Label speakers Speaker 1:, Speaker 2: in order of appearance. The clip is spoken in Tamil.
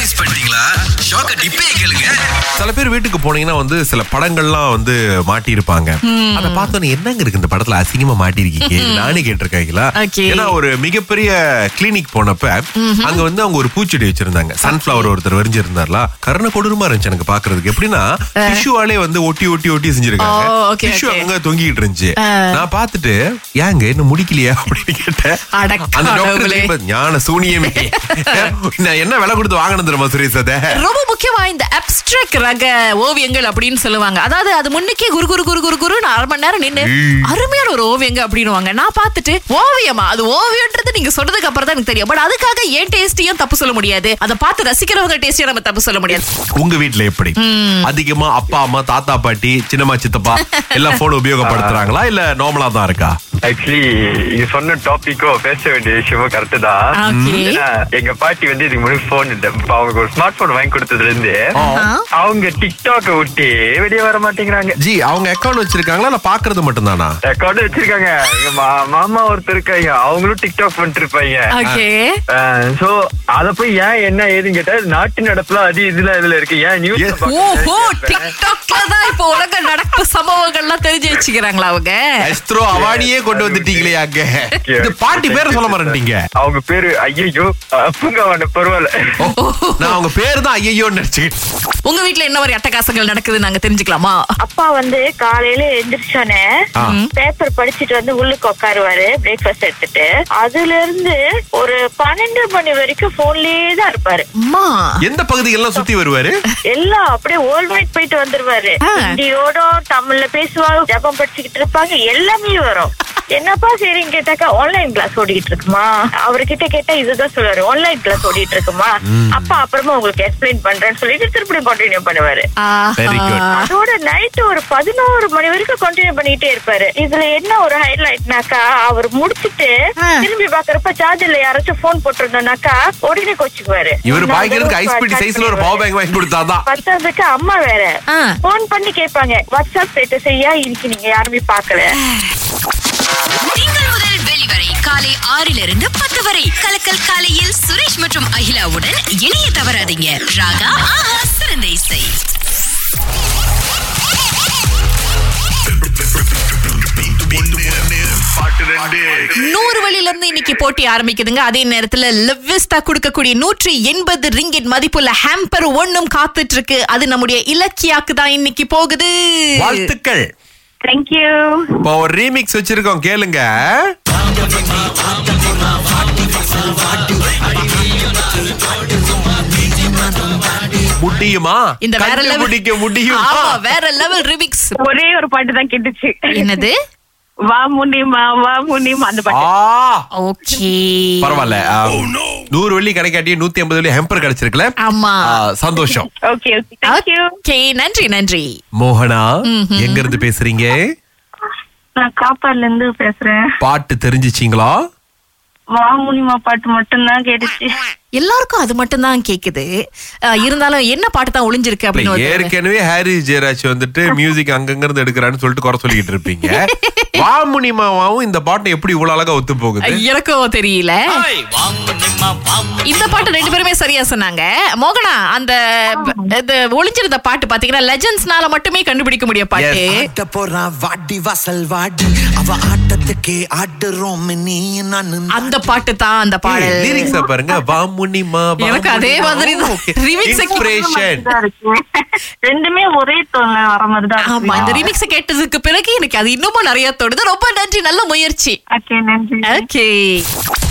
Speaker 1: மிஸ் பண்ணிட்டீங்களா ஷாக்க டிப்பே கேளுங்க
Speaker 2: சில பேர் வீட்டுக்கு போனீங்கன்னா வந்து சில படங்கள்லாம் வந்து மாட்டியிருப்பாங்க அதை பார்த்தோன்னே என்னங்க இருக்கு இந்த படத்துல அசிங்கமா மாட்டிருக்கீங்க நானே கேட்டிருக்கீங்களா
Speaker 3: Okay.
Speaker 2: ஏன்னா ஒரு மிகப்பெரிய கிளினிக் போனப்ப அங்க வந்து அவங்க ஒரு பூச்செடி வச்சிருந்தாங்க சன்ஃபிளவர் ஒருத்தர் வரைஞ்சிருந்தார்ல கருண கொடூரமா இருந்துச்சு எனக்கு பாக்குறதுக்கு எப்படின்னா டிஷ்யூவாலே வந்து ஒட்டி ஒட்டி ஒட்டி செஞ்சிருக்காங்க
Speaker 3: ஓ, okay,
Speaker 2: டிஷ்யூ
Speaker 3: okay.
Speaker 2: அங்க தொங்கிட்டு இருந்துச்சு நான் பார்த்துட்டு ஏங்க இன்னும் முடிக்கலையா அப்படின்னு கேட்டேன்
Speaker 3: அட
Speaker 2: அந்த டாக்டர்
Speaker 3: கடவுளே.
Speaker 2: திரும்ப, ஞான சூனியமே நான் என்ன விலை கொடுத்து வாங்கினது தெரியுமா சுரேஷ் அதை
Speaker 3: ரொம்ப முக்கியமா இந்த அப்ஸ்ட்ராக்ட் ரக ஓவியங்கள் அப்படின்னு சொல்லுவாங்க அதாவது அது முன்னுக்கே குரு குரு குரு குரு குரு அரை மணி நேரம் நின்று அருமையான ஒரு ஓவியங்க அப்படின்னுவாங்க நான் பார்த்துட்டு ஓவியமா அது ஓவியன்றது நீங்க சொன்னதுக்கு அப்புறம் தான் எனக்கு தெரியும் பட் அதுக்காக ஏன் டேஸ்டியும் தப்பு சொல்ல முடியாது அதை பார்த்து ரசிக்கிறவங்க டேஸ்டியும் நம்ம தப்பு சொல்ல முடியாது
Speaker 2: உங்க வீட்ல எப்படி அதிகமா அப்பா அம்மா தாத்தா பாட்டி சின்னம்மா சித்தப்பா எல்லாம் போன் உபயோகப்படுத்துறாங்களா இல்ல நார்மலா தான் இருக்கா
Speaker 4: ஆக்சுவலி நீங்க சொன்ன டாபிக்கும் பேச வேண்டிய விஷயமும் கரெக்ட் தான்
Speaker 3: Okay.
Speaker 4: ஏன்னா, எங்க பாட்டி வந்து இதுக்கு முன்னாடி போன் இல்ல இப்ப அவங்க ஒரு ஸ்மார்ட் போன் வாங்கி கொடுத்ததுல இருந்து அவங்க டிக்டாக்க விட்டு வெளியே வர மாட்டேங்கிறாங்க
Speaker 2: ஜி அவங்க அக்கௌண்ட் வச்சிருக்காங்களா இல்ல பாக்குறது மட்டும்தானா
Speaker 4: ரெக்கார்டு வச்சிருக்காங்க எங்க மா- மாமா ஒருத்தர் இருக்காங்க அவங்களும் டிக்டாக் பண்ணிட்டு இருப்பாங்க
Speaker 3: ஓகே
Speaker 4: சோ அத போய் ஏன் என்ன ஏதுன்னு கேட்டா நாட்டு நடப்புல அது இதுல இதுல இருக்கு ஏன்
Speaker 2: Yes.
Speaker 3: ஓஹோ
Speaker 4: நியூஸ்
Speaker 3: டிக்டாக்ல தான் இப்போ உலக நடப்பு சம்பவங்கள்லாம் தெரிஞ்சு வச்சுக்கிறாங்களா அவங்க
Speaker 2: எஸ்த்ரோ அவார்டையே கொண்டு வந்துட்டீங்களே அங்க இந்த பாட்டி பேரை சொல்ல மாட்டீங்க
Speaker 4: அவங்க பேரு ஐயோ பூங்காவான பரவாயில்ல
Speaker 2: நான் அவங்க பேர் தான் ஐயோன்னு நினைச்சுக்கிட்டு
Speaker 3: உங்க வீட்ல என்ன மாதிரி அட்டகாசங்கள் நடக்குது நாங்க தெரிஞ்சுக்கலாமா
Speaker 5: அப்பா வந்து காலையில எந்திரிச்சோன்னே பேப்பர் படிச்சிட்டு வந்து உள்ளுக்கு உட்காருவாரு பிரேக்ஃபாஸ்ட் எடுத்துட்டு அதுல இருந்து ஒரு பன்னெண்டு மணி வரைக்கும் போன்லயே தான் இருப்பாரு
Speaker 3: அம்மா
Speaker 2: எந்த பகுதிகள்லாம் சுத்தி வருவாரு
Speaker 5: எல்லாம் அப்படியே ஓல்ட் வைட் போயிட்டு வந்துருவாரு
Speaker 3: ஆ.
Speaker 5: ஹிந்தியோட தமிழ்ல பேசுவாங்க ஜப்பம் படிச்சுக்கிட்டு இருப்பாங்க எல்லாமே வரும் என்னப்பா சரின்னு கேட்டாக்கா ஆன்லைன் கிளாஸ் ஓடிக்கிட்டு இருக்குமா அவர்கிட்ட கேட்டா இதுதான் சொல்லுவாரு ஆன்லைன் கிளாஸ் ஓடிட்டு இருக்குமா அப்பா அப்புறமா உங்களுக்கு எக்ஸ்பிளைன் பண்றேன்னு சொல்லிட்டு திருப்பி கண்டினியூ பண்ணுவாரு
Speaker 2: Very good.
Speaker 3: ஆஹா.
Speaker 5: அதோட நைட் ஒரு பதினோரு மணி வரைக்கும் கண்டினியூ பண்ணிட்டே இருப்பாரு இதுல என்ன ஒரு ஹைலைட்னாக்கா அவர் முடிச்சிட்டு
Speaker 3: ஆ.
Speaker 5: திரும்பி பாக்குறப்ப சார்ஜர்ல யாராச்சும் போன் போட்டிருந்தோம்னாக்கா உடனே கோச்சுக்குவாரு
Speaker 2: இவர்
Speaker 5: நான்
Speaker 2: பாய்க்கிறதுக்கு
Speaker 5: ஒரு
Speaker 2: ஐஸ் பீடி
Speaker 5: cut
Speaker 2: சைஸ்ல ஒரு
Speaker 5: பண்ணிடுவாரு.
Speaker 2: பவர் பேங்க் வாங்கி கொடுத்தாதான்
Speaker 5: பத்தாவதுக்கு அம்மா வேற
Speaker 3: ஆ.
Speaker 5: போன் பண்ணி கேட்பாங்க வாட்ஸ்அப் ஸ்டேட்டஸ் ஐயா இன்னைக்கு நீங்க யாருமே பாக்கல
Speaker 6: திங்கள் முதல் வெளிவரை காலை ஆறிலிருந்து பத்து வரை கலக்கல் காலையில் சுரேஷ் மற்றும் அகிலாவுடன் இணைய தவறாதீங்க ராகா ஆஹா சிறந்த இசை
Speaker 3: நூறு வழியில இருந்து இன்னைக்கு போட்டி ஆரம்பிக்குதுங்க அதே நேரத்துல லெவ்விஸ்தா கொடுக்கக்கூடிய நூற்றி எண்பது ரிங்கிட் மதிப்புள்ள ஹேம்பர் ஒண்ணும் காத்துட்டு இருக்கு அது நம்முடைய இலக்கியாக்கு தான் இன்னைக்கு போகுது
Speaker 2: வாழ்த்துக்கள்
Speaker 5: தேங்க்யூ
Speaker 2: இப்போ ஒரு ரீமிக்ஸ் வச்சிருக்கோம் கேளுங்க முடியுமா
Speaker 3: இந்த வேற
Speaker 2: கண்டு
Speaker 3: level-
Speaker 2: பிடிக்க முடியுமா
Speaker 3: ஆமா, வேற லெவல் ரிமிக்ஸ்
Speaker 5: ஒரே ஒரு பாட்டு தான் கேட்டுச்சு
Speaker 3: என்னது
Speaker 5: வா முனிமா வா முனிமா அந்த
Speaker 2: ஆ,
Speaker 3: ஓகே
Speaker 2: பரவாயில்ல ஆ, நூறு வெள்ளி கிடைக்காட்டி நூத்தி ஐம்பது வெள்ளி ஹெம்பர் கிடைச்சிருக்குல
Speaker 3: ஆமா.
Speaker 2: ஆ, சந்தோஷம்
Speaker 5: ஓகே ஓகே
Speaker 3: ஓகே நன்றி நன்றி
Speaker 2: மோகனா எங்க இருந்து பேசுறீங்க
Speaker 5: நான் காப்பாடுல இருந்து பேசுறேன்
Speaker 2: பாட்டு தெரிஞ்சுச்சிங்களா
Speaker 5: வா முனிமா பாட்டு மட்டும் தான் கேட்டுச்சு
Speaker 3: எல்லாருக்கும் அது மட்டும் தான் கேக்குது அஹ், இருந்தாலும் என்ன பாட்டு தான் ஒளிஞ்சிருக்கு
Speaker 2: இல்ல,
Speaker 3: அப்படின்னு ஒரு-
Speaker 2: ஏற்கனவே ஹாரி ஜெயராஜ் வந்துட்டு மியூசிக் அங்கங்க இருந்து எடுக்கிறான்னு சொல்லிட்டு குறை சொல்லிட்டு இருப்பீங்க வாமுனிமாவும் இந்த பாட்டு எப்படி இவ்வளவு அழகா ஒத்து போகுது
Speaker 3: எனக்கும் தெரியல இந்த பாட்டு ரெண்டு பேருமே சரியா சொன்னாங்க மோகனா அந்த இது ஒளிஞ்சிருந்த பாட்டு பாத்தீங்கன்னா லெஜண்ட்ஸ்னால மட்டுமே கண்டுபிடிக்க முடிய பாட்டு
Speaker 7: ஆட்ட போறான் வாடி வாசல் வாடி அவ ஆட்டத்துக்கே ஆடுறோம் நீ நானு
Speaker 3: அந்த பாட்டு தான் அந்த பாடல்
Speaker 2: லிரிக்ஸ் பாருங்க வாமுனிமா
Speaker 3: எனக்கு அதே மாதிரி தான். Remix ஆ
Speaker 2: இன்ஸ்பிரேஷன்
Speaker 5: ரெண்டுமே ஒரே தோணு வர மாதிரி
Speaker 3: ஆமா இந்த ரீமிக்ஸ் கேட்டதுக்கு பிறகு எனக்கு அது இன்னமும் நிறைய தோடுது ரொம்ப நன்றி நல்ல முயற்சி
Speaker 5: ஓகே நன்றி
Speaker 3: ஓகே